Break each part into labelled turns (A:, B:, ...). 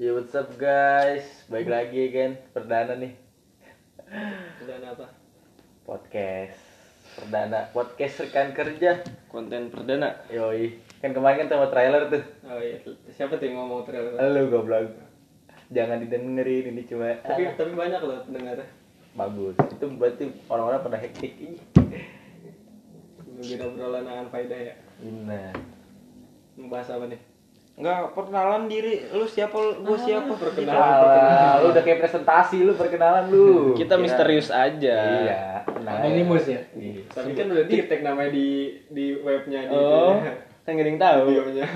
A: Ya what's up guys, baik lagi kan perdana nih
B: Perdana apa?
A: podcast perdana podcast rekan kerja.
C: konten perdana
A: Yoi, kan kemarin kan sama trailer tuh.
B: Oh iya, siapa tuh yang ngomong
D: Eh.
B: trailer?
A: Halo goblok. Jangan didengerin ini cuma
B: Tapi tapi banyak loh pendengarnya.
A: bagus. Itu berarti orang-orang pada hektik ini.
B: Berbeda obrolan dengan faedah ya.
A: Nah,
B: Membahas apa nih? Oh,
C: nggak perkenalan diri lu siapa lu
D: Ah,
C: gua siapa
A: Alah, lu udah kayak presentasi lu perkenalan lu.
C: kita
A: Kira-
C: misterius aja
A: Iya. Nah,
D: Anonymous ya?
A: Iya.
B: Tapi kan udah di tag namanya di di webnya di
C: oh kan gak ada yang tahu
B: videonya.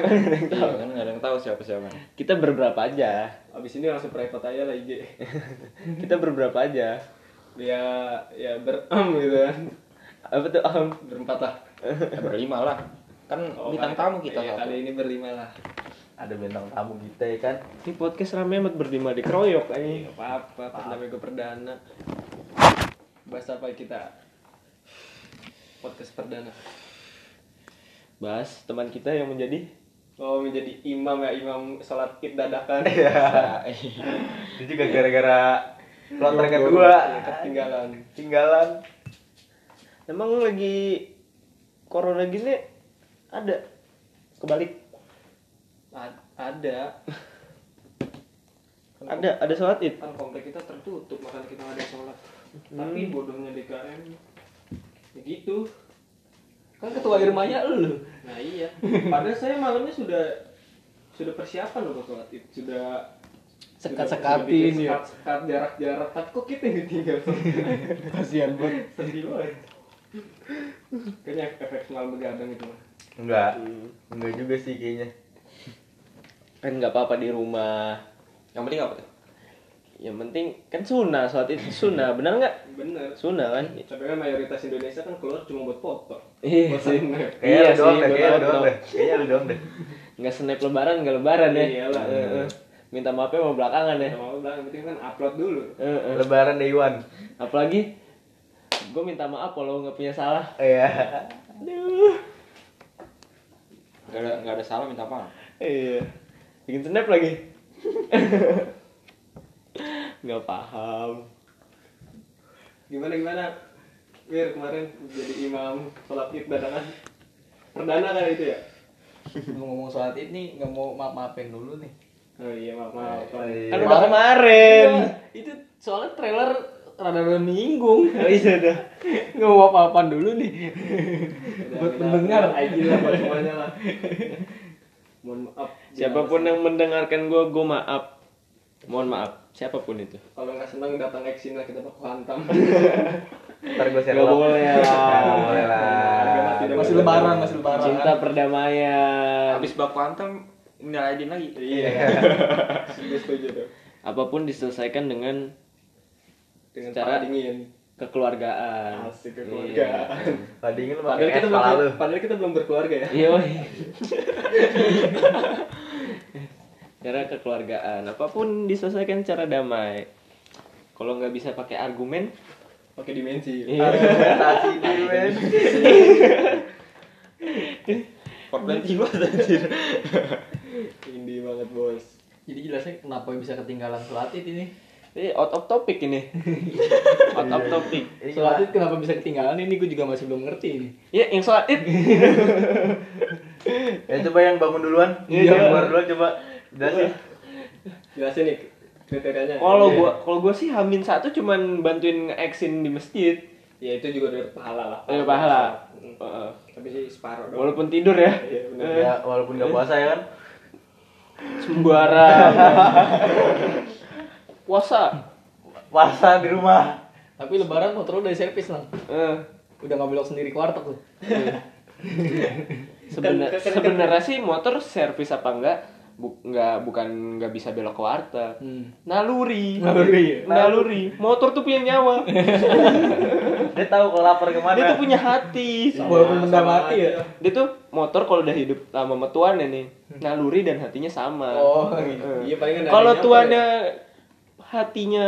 C: Iya,
D: kan nggak ada yang tahu siapa siapa.
C: kita berberapa aja
B: Abis ini langsung private aja lah IG.
C: kita berberapa aja
B: Dia ya berem gitu kan.
C: apa tuh Om?
B: Berempat lah.
D: berlima lah. Kan
C: Oh,
D: bintang
B: kan.
D: tamu kita
B: Iya,
D: satu.
B: kali ini berlima lah.
A: Ada bintang tamu kita ya kan.
C: ini podcast rame amat berlima di keroyok
B: Iya,
C: aja
B: nggak apa-apa, pernah gue perdana. Bahas apa kita? Podcast perdana.
C: bahas teman kita yang menjadi
B: Oh menjadi imam ya imam sholat id dadakan.
A: Itu juga gara-gara
C: Iya.
A: kloter kedua
B: Dua Ya, ketinggalan.
A: tinggalan.
C: emang lagi corona gini ada kebalik
B: A- ada. Kan
C: ada ada sholat id
B: kom- Kan komplek kita tertutup makanya kita nggak ada sholat. Tapi bodohnya DKM. ya Begitu.
D: Kan ketua irmanya lu.
B: Nah iya. Padahal saya malamnya sudah sudah persiapan loh buat sholat id. Sudah
D: Sekat-sekatin
B: ya.
D: ya.
B: Sekat jarak-jarak. Tapi kok kita yang ditinggal?
D: Kasihan banget.
B: Sedih banget. Kayaknya efek malam begadang itu mah.
A: Enggak. Enggak juga sih kayaknya.
C: kan nggak apa-apa di rumah
D: Yang penting apa tuh?
C: yang penting kan sunnah sholat id sunnah benar nggak
B: Bener.
C: sunnah kan
B: Tapi kan mayoritas Indonesia kan keluar cuma buat foto.
C: Iya
B: Buat
C: sih.
B: thumbnail.
A: Kayaknya
C: Iya
A: lu doang deh,
C: sih,
A: kayaknya lu
C: betul,
A: doang
C: betul.
A: deh. Kayaknya lu doang deh.
C: nggak snap lebaran nggak lebaran ya
B: Iyalah.
C: Heeh. minta maafnya mau belakangan ya
B: Nggak mau bilang, yang penting kan upload dulu.
C: Heeh.
A: Lebaran day one.
C: apalagi gue minta maaf kalau nggak punya salah
A: Iya.
C: aduh
D: Gak ada nggak ada salah minta maaf.
C: iya bikin snap lagi nggak paham
B: Gimana gimana? Wir kemarin jadi imam sholat id badangan. Perdana kan itu ya?
D: Ngomong sholat id nih nggak mau maaf maafin dulu nih.
B: Oh iya maaf maaf.
C: kan
A: Iya.
C: udah kemarin
D: Iya. itu soalnya trailer rada-rada menyinggung.
C: oh, iya udah
D: Nggak mau maaf maafan dulu nih. Buat pendengar.
B: Aji lah buat semuanya lah. Mohon maaf.
C: siapapun yang mendengarkan gue gue maaf mohon maaf siapapun itu
B: kalau nggak senang datang eksin lah kita bakal hantam.
A: Ntar gue share
C: Nggak
A: lo.
C: boleh lah.
A: Nggak boleh lah.
B: Masih
D: Masih lebaran, masih lebaran.
C: cinta perdamaian
D: Nah, habis baku hantam nyalain lagi.
B: Iya. Setuju setuju tuh.
C: apapun diselesaikan dengan
B: Dengan
C: Secara- Ah,
B: cara dingin.
C: kekeluargaan Iya.
B: Asik keluarga.
A: Tadi ingin lu pakai
B: Padahal
A: es
B: kita belum
A: pala lu.
B: padahal kita belum berkeluarga ya.
C: Iya. woy. cara kekeluargaan, apapun diselesaikan cara damai. Kalau nggak bisa pakai argumen,
B: Oke dimensi.
A: Iya. Argumentasi diri, men.
D: Korban jiwa anjir.
B: Indie banget bos.
D: Jadi jelasnya kenapa bisa ketinggalan sholat id ini?
C: ini Iya, out of topic ini. out
D: Iya.
C: of topic.
A: Ini
D: Sholat
A: gimana?
D: id kenapa bisa ketinggalan ini? Gue juga masih belum ngerti ini.
C: Ya, yang sholat id.
A: Ya coba yang bangun duluan. Yang
C: Iya, coba.
A: keluar duluan coba. Jelasin.
B: Jelasin nih kriterianya.
C: Kalau
B: Iya.
C: gua, kalau gua sih hamin satu cuman bantuin nge-exin di masjid.
B: ya itu juga udah pahala lah.
C: Eh, pahala.
B: Hmm.
C: Heeh.
B: Tapi sih separuh doang.
C: Walaupun tidur ya,
B: Iya, benar.
C: Eh,
A: Ya walaupun gak puasa ya kan.
C: sembara. Puasa.
A: Puasa di rumah.
D: Tapi lebaran motor lu dari servis lang.
B: Kan
C: Eh,
D: Udah nggak belok sendiri kuartek tuh.
C: Sebenar-
B: Kan- kan- kan-
C: sebenarnya sih motor servis apa enggak bu, enggak bukan nggak bisa belok ke warteg
D: Hmm.
C: naluri
D: Naluri.
C: naluri motor tuh punya nyawa
A: Dia tahu kalau lapar kemana.
C: dia tuh punya hati
D: Walaupun benda
B: sama
D: mati
B: aja.
D: ya.
C: dia tuh motor kalau udah hidup sama sama tuannya nih naluri dan hatinya sama
D: Oh,
C: Eh.
B: Iya, palingan adanya
C: kalau
B: apa
C: tuannya
D: ya?
C: hatinya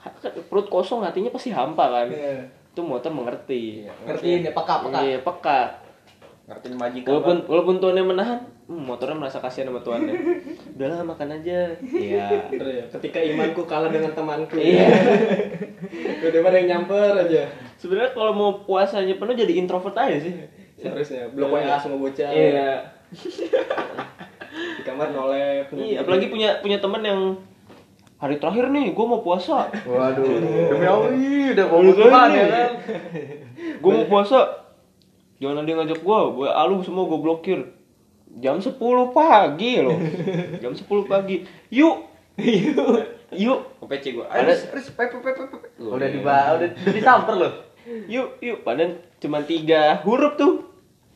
C: ha- perut kosong hatinya pasti hampa kan
B: ya?
D: Iya.
C: itu motor mengerti
D: Ngertiin ya peka peka.
C: Iya, peka
D: Ngertiin majikan.
C: walaupun walaupun tuannya menahan Hmm, motornya merasa kasihan sama tuannya. Udahlah makan aja. Iya.
B: Bener ya, ketika imanku kalah dengan temanku.
C: Iya.
B: Udah pada yang nyamper aja.
C: Sebenarnya kalau mau puasanya penuh jadi introvert aja sih.
B: Seharusnya blok WA semua bocah.
C: Iya.
B: Di kamar noleh.
C: Iya, apalagi punya punya teman yang hari terakhir nih gue mau puasa.
A: Waduh. Demi Allah, ih, udah mau
C: Bener
A: hukuman
C: nih.
A: ya kan.
C: Gue mau puasa. Jangan ada yang ngajak gue, gue alu semua gue blokir. Jam 10 pagi loh. Jam 10 pagi. Yuk. Yuk. Yuk. OPC gue.
A: Ada udah di udah udah disamper loh.
C: Yuk, yuk. Padahal cuma tiga huruf tuh.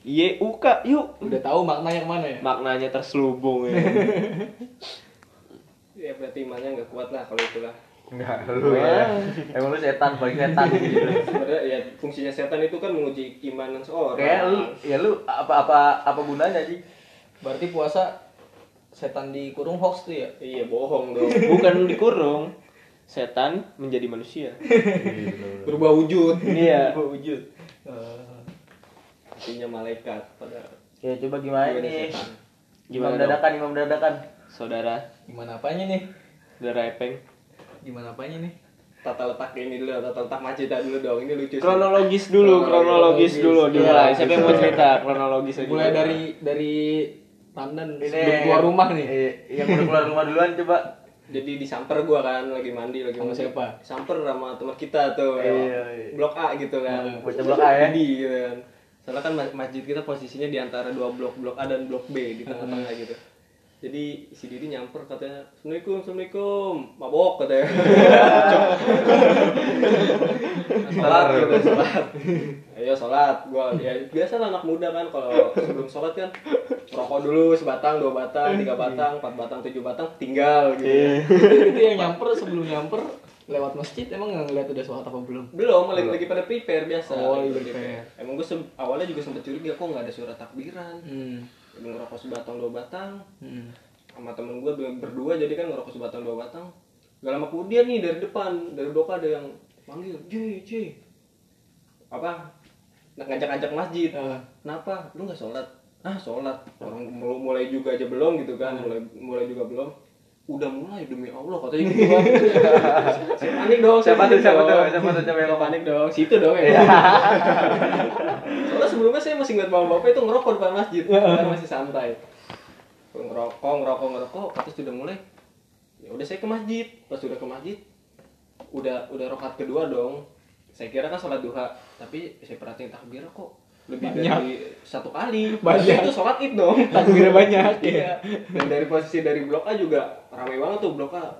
C: Y U K. Yuk.
D: Udah tahu makna yang mana ya?
C: Maknanya terselubung ya.
B: Ya berarti imannya nggak kuat lah kalau itulah.
A: Enggak, lu ya. Emang lu setan, paling setan gitu.
B: Sebenarnya ya fungsinya setan itu kan menguji keimanan seorang.
A: Kayak lu, ya lu apa-apa apa gunanya sih?
D: Berarti puasa setan dikurung hoax tuh ya?
B: Iya bohong dong.
C: Bukan dikurung. Setan menjadi manusia.
B: Berubah wujud.
C: Iya.
D: Gua wujud. Eh,
B: Artinya malaikat pada
A: Ya coba gimana
B: Gimana
A: nih?
B: setan?
A: Imam
C: Gimana dong?
A: dadakan, imam dadakan.
C: Saudara,
D: gimana apanya nih?
C: saudara Epeng.
D: Gimana apanya nih?
B: tata letak ini dulu, tata letak majidan dulu dong. Ini lucu. sih.
C: Kronologis dulu,
B: Kronologis.
C: kronologis dulu
A: Iya,
C: dimulai. Siapa yang mau
A: gitu.
C: cerita kronologis aja?
D: Mulai dari dari London sebelum keluar rumah nih.
A: Iya, yang udah keluar rumah duluan coba.
B: Jadi disamper gua kan lagi mandi lagi
D: Sama
B: mandi.
D: siapa?
B: Samper sama teman kita tuh.
A: Iya,
B: ya.
A: iya.
B: Blok A gitu kan.
A: Bocah blok A ya.
B: Mandi gitu kan. Soalnya kan ma- masjid kita posisinya di antara dua blok, blok A dan blok B di tengah-tengah
A: Hmm.
B: gitu. Jadi si Didi nyamper katanya, Assalamualaikum, Assalamualaikum, mabok katanya. sholat gitu, sholat. Ayo sholat, gua ya biasa lah anak muda kan kalau sebelum sholat kan rokok dulu sebatang, dua batang, tiga batang, empat batang, tujuh batang, tinggal gitu. ya.
A: Iya.
D: itu yang nyamper sebelum nyamper lewat masjid emang nggak ngeliat udah sholat apa belum?
B: Belum, lagi lagi pada prepare biasa.
D: Oh,
B: Lagi
D: lagi
B: prepare.
D: prepare.
B: Emang gue awalnya juga sempet curiga kok nggak ada surat takbiran.
D: Hmm.
B: Emang ngerokok sebatang dua batang,
D: Hmm.
B: sama temen gue berdua jadi kan ngerokok sebatang dua batang gak lama kemudian nih dari depan dari blok ada yang manggil J J apa Nah, ngajak-ngajak masjid
D: Ah.
B: kenapa lu nggak sholat ah sholat orang mul- mulai juga aja belum gitu kan mulai mulai juga belum udah mulai demi Allah katanya gitu kan Saya panik dong saya
A: Siapa tuh,
B: panik
A: siapa
B: dong.
A: tuh, siapa tuh, siapa yang Iya.
B: Saya panik dong situ dong ya soalnya sebelumnya saya masih ngeliat bapak-bapak itu ngerokok depan masjid Saya masih santai ngerokok ngerokok ngerokok terus sudah mulai ya udah saya ke masjid pas udah ke masjid udah udah rokat kedua dong saya kira kan sholat duha tapi saya perhatiin takbir kok lebih dari satu kali
D: Banyak.
B: itu sholat id dong
D: Takbirnya banyak,
B: iya dan dari posisi dari blok A juga ramai banget tuh blok A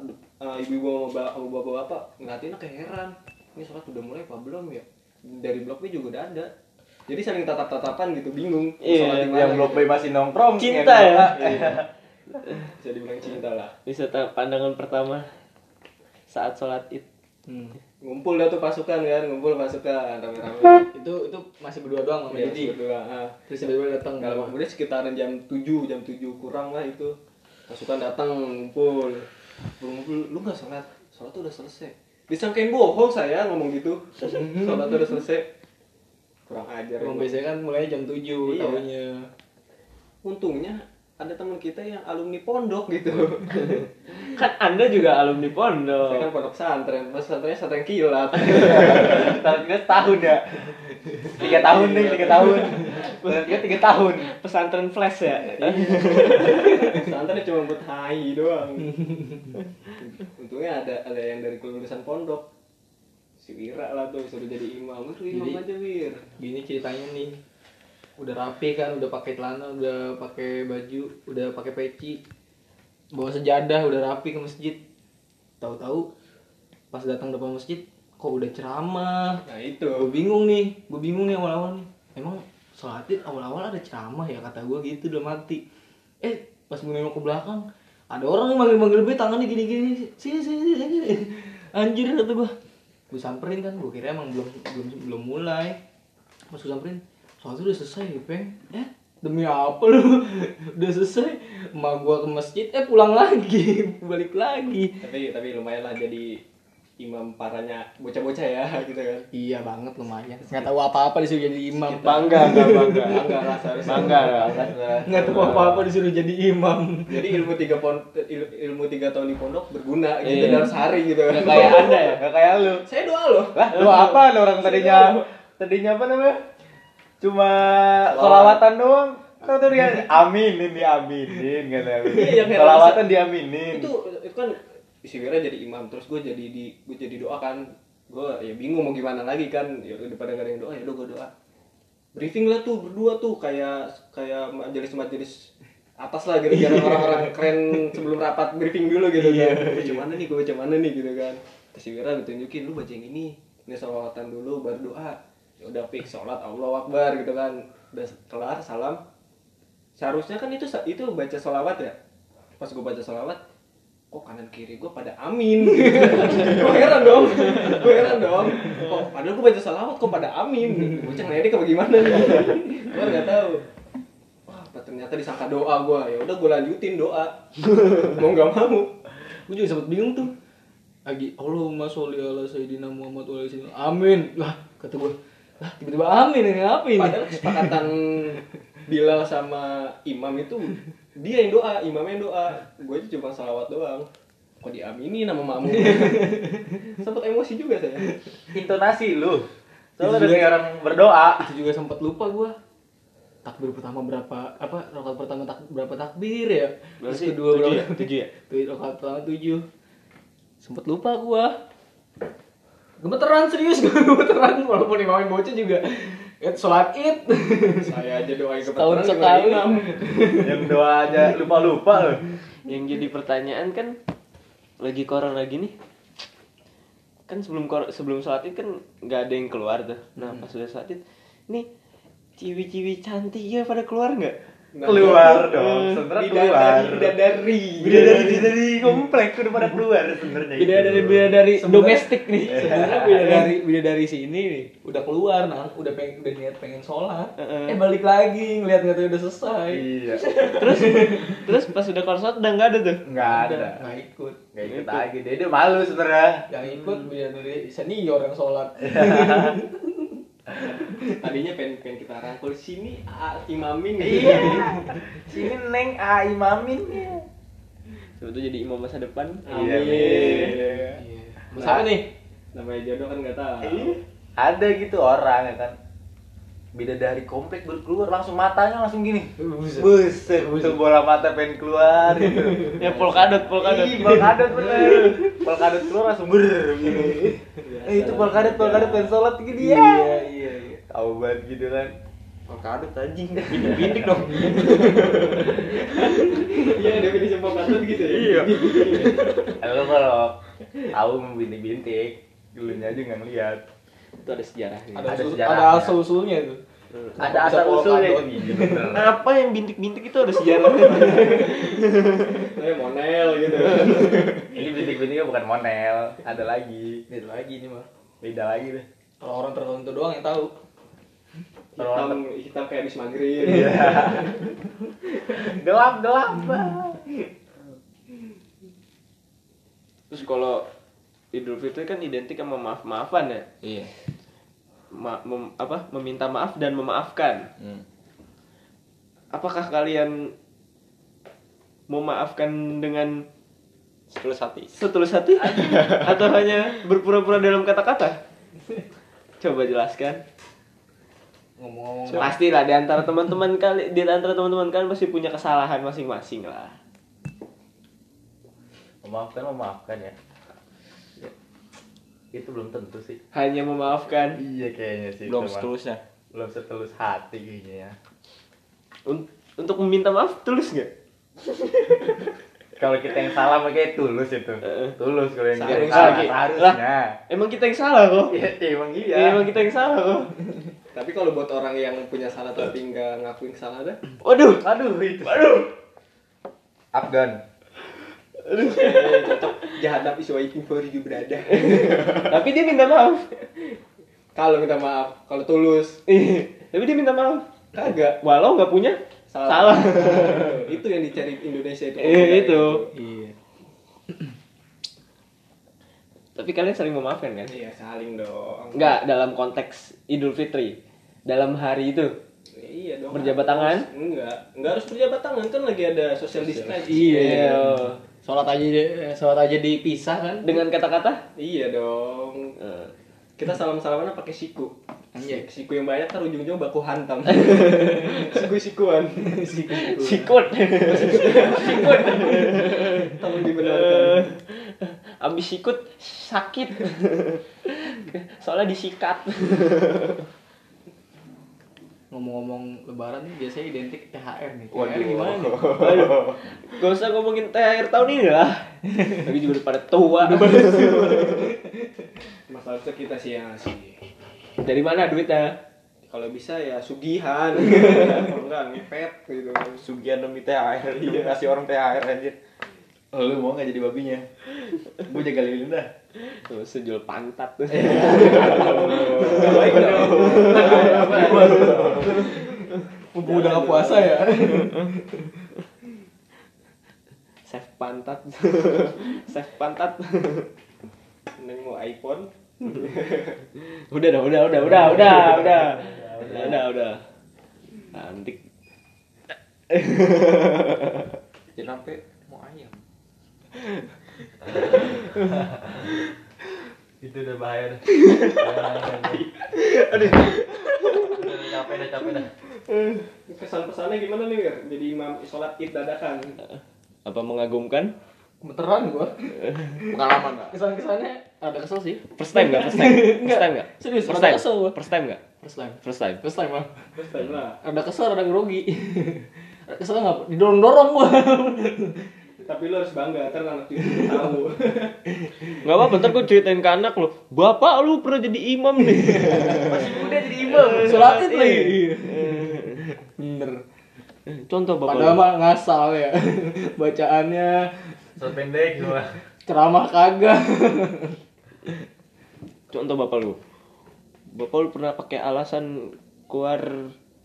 B: Eh, ibu-ibu sama ba- sama bapak-bapak ngeliatinnya kayak heran ini sholat udah mulai apa belum ya dari blok B juga udah ada jadi saling tatap-tatapan gitu bingung mau
C: Iya,
B: sholat di mana
A: Yang blok B
B: gitu. Iya.
A: masih nongkrong.
C: Cinta
A: yang
C: ya?
A: blok A-
B: bisa dibilang cinta lah
C: Wisata pandangan pertama saat sholat id.
D: Hmm.
B: ngumpul dah tuh pasukan kan ngumpul pasukan rame-rame
D: Itu itu masih berdua doang sama
B: Iya,
D: Didi.
B: berdua. ah.
D: Terus tiba-tiba datang
B: Gak lama kemudian sekitaran jam 7, jam 7 kurang lah itu Pasukan datang ngumpul Ngumpul, ngumpul, lu gak sholat? Sholat tuh udah selesai Disangkain bohong saya ngomong gitu Sholat tuh udah selesai Kurang ajar
D: Emang
B: emang.
D: biasanya kan mulai jam 7
B: Iya.
D: tahunya.
B: Untungnya ada teman kita yang alumni pondok gitu
C: Kan Anda juga alumni
B: Saya kan
C: pondok.
B: pondok pesantren, pesantrennya pesantren kilat
A: Tahun kita setahun ya. Tiga tahun nih, tiga tahun. Tahun kita tiga tahun.
C: Pesantren flash ya.
B: Pesantren cuma buat hai doang Untungnya ada ada yang dari kelulusan pondok Si Wira lah tuh suruh jadi imam Lu imam
D: Jadi-
B: aja Wir
D: Gini ceritanya nih. Udah rapi kan, udah pakai celana, udah pakai baju, udah pakai peci. Bawa sejadah, udah rapi ke masjid. Tahu-tahu pas datang depan masjid kok udah ceramah.
B: Nah itu
D: Gue bingung nih, gue bingung nih awal-awal nih. Emang sholat id awal-awal ada ceramah ya kata gue gitu udah mati. Eh pas gue nengok ke belakang ada orang yang manggil-manggil gue tangannya gini-gini sini sini sini sini. Anjir kata gue. Gue samperin kan, gue kira emang belum belum belum mulai. Pas gue samperin, sholat udah selesai ya peng. Eh demi apa lu? udah selesai. Emak gue ke masjid, eh pulang lagi, balik lagi.
B: tapi tapi lumayan lah jadi imam parahnya bocah-bocah ya gitu kan
D: Iya banget lumayan. Nggak tahu apa-apa disuruh jadi imam.
C: Bangga, enggak bangga.
B: bangga lah seharusnya
C: Bangga lah.
D: Nggak tahu apa-apa disuruh jadi imam.
B: jadi ilmu tiga pon il- ilmu tiga tahun di pondok berguna gitu
C: Iya.
B: dalam sehari gitu kan
A: Gak kayak anda ya, gak kayak lu.
B: saya doa loh
A: Lah, lu apa lu orang tadinya tadinya apa namanya? Cuma solawatan doang. Tahu tuh dia aminin diaminin kata
B: Iya, yang heran
A: Solawatan
B: masa-
A: diaminin.
B: itu itu kan si Wira jadi imam terus gue jadi di gue jadi doa kan gue ya bingung mau gimana lagi kan ya udah daripada gak ada yang doa ya udah gue doa briefing lah tuh berdua tuh kayak kayak majelis majelis atas lah gitu biar orang-orang keren sebelum rapat briefing dulu gitu kan gue baca mana nih gue baca mana nih gitu kan terus si Wira ditunjukin lu baca yang ini ini sholawatan dulu baru doa ya udah fix sholat Allah Akbar gitu kan udah kelar salam seharusnya kan itu itu baca sholawat ya pas gue baca sholawat kok kanan kiri gue pada amin gue heran dong gue heran dong kok padahal gue baca sholawat kok pada amin bocah ngedek apa gimana nih gue nggak tahu wah apa ternyata disangka doa gue ya udah gue lanjutin doa mau nggak mau
D: Gue juga sempat bingung tuh. Lagi Allahumma sholli ala sayyidina Muhammad wa ala sayyidina. Amin. Lah kata gue. Lah tiba-tiba amin ini apa ini?
B: padahal kesepakatan Bilal sama Imam itu dia yang doa imamnya yang doa gue aja cuma sholawat doang kok diaminin sama mamu sempat emosi juga saya
A: Intonasi lu. Soalnya udah kayak orang berdoa.
D: Itu juga sempat lupa gue takbir pertama berapa apa rakaat pertama tak, berapa takbir ya terus
C: Berarti
D: kedua
C: tujuh
D: berapa
C: ya? Tujuh ya?
D: tujuh rakaat pertama tujuh sempet lupa gue gemeteran serius gue gemeteran walaupun imamin bocah juga It, sholat id
B: saya aja doain ke
D: Setahun
B: peternak,
D: sekali.
B: gimana imam?
A: Yang doa aja lupa-lupa lu.
C: Yang jadi pertanyaan kan lagi corona gini kan sebelum kor- sebelum sholat id kan nggak ada yang keluar tuh. Nah
D: Hmm.
C: pas sudah sholat id, ini ciwi-ciwi cantik ya pada keluar nggak? Hmm.
B: Nah,
A: Keluar dong, sebenarnya keluar.
B: Bidadari, bidadari.
A: Beda dari dari komplek udah pada keluar sebenarnya.
D: beda dari
A: itu.
D: beda dari
B: Sebenarnya-
D: domestik nih sebenarnya beda dari beda dari sini nih udah keluar nah udah pengen udah niat pengen sholat
C: Heeh.
D: eh balik lagi ngeliat ngeliat udah selesai
A: Iya.
C: Terus terus pas udah keluar sholat udah nggak ada tuh.
A: Enggak ada.
D: Udah, nggak ikut
A: Enggak ikut lagi. Dia dia malu sebenarnya.
D: yang ikut beda dari senior yang sholat
B: Tadinya pengen pengen kita rangkul sini ah, imamin
A: Iya. Sini Neng A Imamin.
C: Sebetulnya jadi imam masa depan.
A: Iya.
B: Amin.
D: Terus apa nih
B: Nah, Namanya jodoh kan nggak tahu.
A: Ada gitu orang ya kan. Beda dari komplek baru keluar langsung matanya langsung gini.
D: Buset.
A: Buset, itu bola mata pengen keluar gitu.
C: Ya polkadot polkadot.
A: Ih, polkadot bener. Polkadot keluar langsung ber gitu. Eh, itu polkadot, polkadot pengen sholat gitu ya.
B: iya iya.
A: Tahu banget gitu kan.
B: Polkadot anjing.
C: Bintik dong.
B: Iya definisi polkadot gitu ya. Iya.
A: Kalau kalau tahu bintik-bintik, dulunya aja nggak ngeliat.
C: Itu ada iya. sejarahnya.
D: ada,
A: Ada
D: usul-
A: sejarahnya.
D: ada asal usulnya tuh
A: Ada
D: Bisa
A: asal usulnya.
D: polkadot.
A: Iya, bener.
C: Apa yang bintik-bintik itu ada sejarahnya?
B: Saya monel gitu.
A: Ini bintik-bintiknya bukan monel, ada lagi.
D: beda lagi ini mah
A: Beda lagi deh.
D: kalau orang tertentu doang yang tahu
B: Hitam hitam kayak habis maghrib.
A: Gelap, gelap.
C: Terus kalau Idul Fitri kan identik sama maaf-maafan ya.
D: iya
C: Ma- mem- apa meminta maaf dan memaafkan.
D: Hmm.
C: Apakah kalian memaafkan dengan
B: Setulus hati.
C: setulus hati atau hanya berpura-pura dalam kata-kata? Coba jelaskan.
D: ngomong-ngomong
C: Pastilah di antara teman-teman kali di antara teman-teman kalian pasti punya kesalahan masing-masing lah.
A: Memaafkan, memaafkan ya. Itu belum tentu sih.
C: Hanya memaafkan
A: Iya kayaknya sih. itu
D: belum
A: mah.
D: seterusnya
A: Belum setulus hati kayaknya ya.
C: Un- untuk meminta maaf tulus nggak?
A: Kalau kita yang salah makanya tulus itu.
C: Heeh.
A: Tulus kalau yang kita
C: Seharusnya.
A: salah
C: Lah.
A: harusnya.
C: Emang kita yang salah kok.
A: Iya, emang iya.
C: Emang kita yang salah kok.
B: Tapi kalau buat orang yang punya salah tapi nggak ngakuin kesalahan,
C: Waduh.
A: Aduh, itu. Aduh. Afgan.
B: eh, cocok jahanam is waiting for you berada.
C: Tapi dia minta maaf.
B: Kalau minta maaf, kalau tulus,
C: Ih, Iya, Tapi dia minta maaf.
B: kagak.
C: Walau nggak punya salah. Iya, gitu.
B: itu yang Iya, dicari Indonesia itu.
C: Eh, itu.
D: iya
C: Tapi kalian sering memaafkan kan?
B: Iya, saling dong.
C: Enggak dalam konteks Idul Fitri. Dalam hari itu.
B: Ya, iya dong.
C: Berjabat tangan?
B: Enggak. Enggak harus berjabat tangan kan lagi ada social Iya. distancing.
D: Sholat aja di- sholat aja dipisah kan.
C: Dengan kata-kata?
B: Iya dong.
C: Eh,
B: Kita salam-salaman pakai siku.
D: Anjay.
B: Siku yang banyak kan ujung-ujung baku hantam. Siku-sikuan.
C: Sikut. Sikut.
B: Tolong
D: Eh.
B: dibenarkan.
C: Abis sikut sakit. Soalnya disikat.
D: Ngomong-ngomong lebaran nih biasanya identik THR nih. THR
A: Waduh.
D: gimana nih?
C: Waduh. Gak usah ngomongin THR tahun ini lah. Tapi juga udah pada tua.
B: Masalah itu kita sih yang ngasih.
C: Dari mana duitnya?
B: Kalau bisa ya sugihan. Kalau enggak ngepet gitu.
A: Sugian demi THR Lu ngasih orang THR anjir Lu mau gak jadi babinya? Gue jaga lilin dah
C: Gak usah jual pantat.
B: Enggak baik dong.
D: Mumpung udah nggak puasa ya.
C: Save pantat. Save pantat.
B: Neng mau iPhone.
C: Udah dah, udah, udah, udah, udah, udah. Udah, udah, udah. Nanti
B: Jangan sampai mau ayam.
E: itu udah bahaya dah. Aduh. Udah capek dah, capek dah.
B: Kesan-pesannya gimana nih, Ger? Jadi imam sholat id dadakan.
C: apa mengagumkan?
D: Beneran gua.
A: Pengalaman lah
D: Kesan-kesannya ada kesel sih.
C: First time enggak? First time. First time enggak?
D: Serius,
C: First
D: rada
C: time.
D: kesel gua.
C: First time enggak?
D: First time.
C: First time.
D: First time lah.
B: Terus tadi lah.
D: Ada kesel, ada grogi. Ada kesel nggak? Didorong-dorong gua.
B: Tapi lo harus bangga, ntar anak cucu tahu.
C: Enggak apa-apa, ntar gue ceritain ke anak lo. Bapak lu pernah jadi imam nih.
D: Masih muda jadi imam. Sholatin lagi.
B: Iya.
D: Bener.
C: Contoh bapak
D: Padahal
C: lu.
D: mah ngasal ya. Bacaannya
E: Surat pendek semua.
D: ceramah kagak.
C: Contoh bapak lu. Bapak lu pernah pakai alasan keluar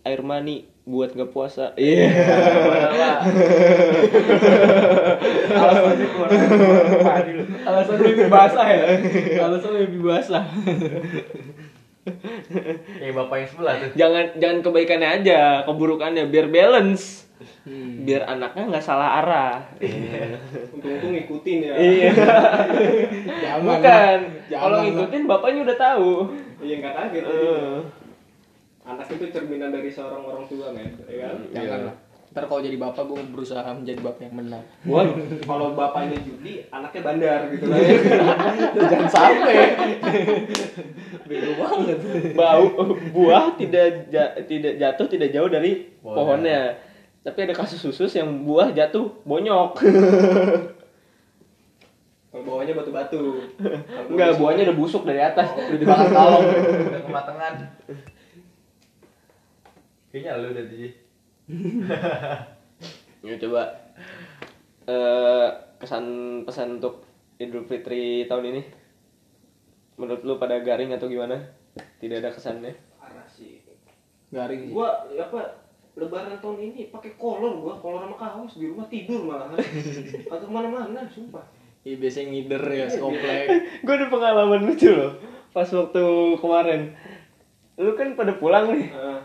C: air mani buat nggak puasa. Iya.
A: Alasannya keluar Mandi lu.
D: Alasan lebih basah ya. Alasan lebih basah.
E: Kayak bapak yang sebelah tuh.
C: Jangan jangan kebaikannya aja, keburukannya biar balance.
D: Hmm.
C: Biar anaknya nggak salah arah.
B: Untung-untung ngikutin ya.
D: Iya. Jangan.
C: Bukan.
D: Jangan
C: Kalau
D: lah.
C: ngikutin bapaknya udah tahu.
B: Iya nggak kaget.
C: Eh.
B: Anak itu cerminan dari seorang orang tua men, ya kan?
D: Jangan lah. Ntar kalau jadi bapak gue berusaha menjadi bapak yang benar.
C: Wah,
B: Kalau bapaknya judi, anaknya bandar gitu lah.
D: Jangan sampai. Bego banget.
C: bau buah tidak ja- tidak jatuh tidak jauh dari
E: Pohonnya.
C: pohonnya. Tapi ada kasus khusus yang buah jatuh bonyok.
B: Kalau bawahnya batu-batu. Kalau
C: Enggak,
B: bawahnya-
C: buahnya udah busuk dari atas.
D: Oh, Udah dibakar kalong.
E: Udah kematangan. Kayaknya lu udah di.
C: Ya coba eh pesan pesan untuk Idul Fitri tahun ini. Menurut lu pada garing atau gimana? Tidak ada kesannya.
B: Parah sih.
D: Garing sih.
B: Gua ya apa? Lebaran tahun ini pakai kolor gua, kolor sama kaos di rumah tidur malah. Atau kemana-mana, sumpah.
D: Iya biasanya ngider ya sekomplek.
C: Gue ada pengalaman lucu loh. Pas waktu kemarin. Lu kan pada pulang nih.
B: Ah,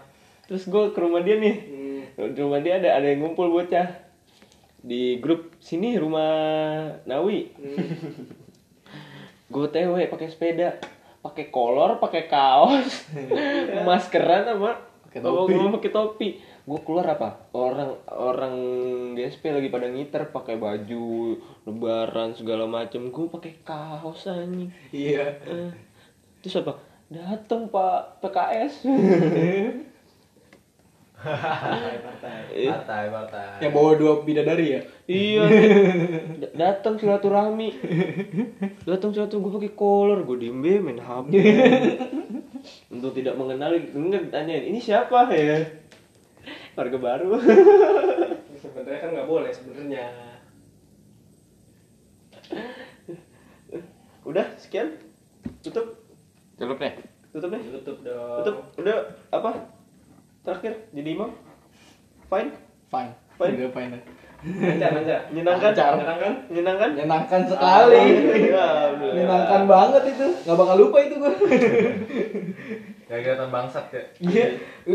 C: Terus gue ke rumah dia nih.
B: hmm.
C: Di rumah dia ada ada yang ngumpul bocah di grup sini rumah Nawi. Gue tewe pakai sepeda, pakai kolor, pakai kaos, maskeran sama
D: Pakai
C: bawa
D: topi.
C: gua pakai topi. Gue keluar apa? Orang orang GSP lagi pada ngiter pakai baju lebaran segala macem. Gue pakai kaos anjing.
D: Iya.
C: Eh, Terus apa? Dateng Pak PKS. Eh.
E: Partai, partai.
D: Yang bawa dua bidadari ya.
C: Iya. Da- datang silaturahmi. Datang silaturahmi gue pakai kolor, gue dimbe main HP. Untuk tidak mengenali, enggak tanyain ini siapa ya? Warga baru.
B: Sebenarnya kan nggak boleh sebenarnya.
C: Udah sekian. Tutup,
A: Celup nih
C: tutup nih.
B: Tutup dong.
C: Tutup. Udah apa? Terakhir jadi imam. Fine.
D: Fine.
C: Fine.
D: Udah fine.
B: Lancar, lancar.
C: Menyenangkan.
B: Menyenangkan?
C: Menyenangkan?
D: Menyenangkan sekali. iya.
C: Alhamdulillah.
D: Menyenangkan banget itu. Gak bakal lupa itu gue.
E: Gak kelihatan bangsat ya.
D: Iya.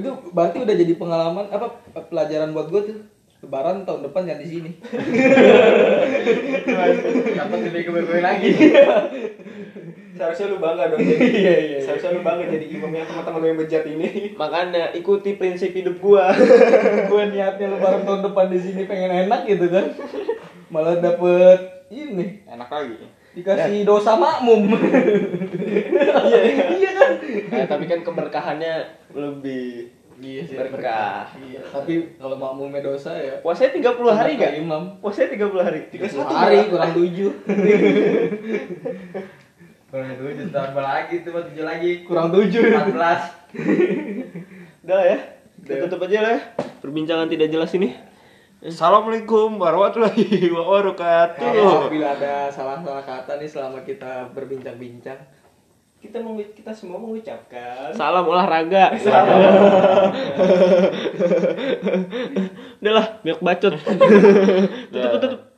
D: Itu berarti udah jadi pengalaman apa pelajaran buat gue tuh. Lebaran tahun depan jangan di sini.
E: Kapan jadi kebekuin lagi?
B: Seharusnya lu bangga dong jadi. Seharusnya lu bangga jadi imamnya teman-teman lu yang bejat ini.
C: Makanya Nah, ikuti prinsip hidup gua.
D: gue niatnya lebaran tahun depan di sini pengen enak gitu kan. Malah dapet ini
C: Enak lagi.
D: dikasih dosa makmum. Iya iya kan.
C: Nah, tapi kan keberkahannya lebih
B: Iya sih.
C: berkah.
B: Iya.
D: Tapi kalau makmumnya dosa ya.
C: Puasanya 30 hari
D: Kata
C: gak?
B: ya.
D: Imam.
C: Puasanya 30 hari.
D: 31 hari kurang 7.
E: Kurang itu jadi tambah lagi tuh tujuh lagi.
D: Kurang 7.
E: 14.
C: Udah ya. Kita tutup aja lah. ya. Perbincangan tidak jelas ini. Assalamualaikum warahmatullahi
D: Kalau
C: wabarakatuh.
D: bila ada salah-salah kata nih selama kita berbincang-bincang.
B: Kita mau kita semua mengucapkan
C: Salam olahraga. Udah lah, banyak bacot. tutup, tutup, tutup.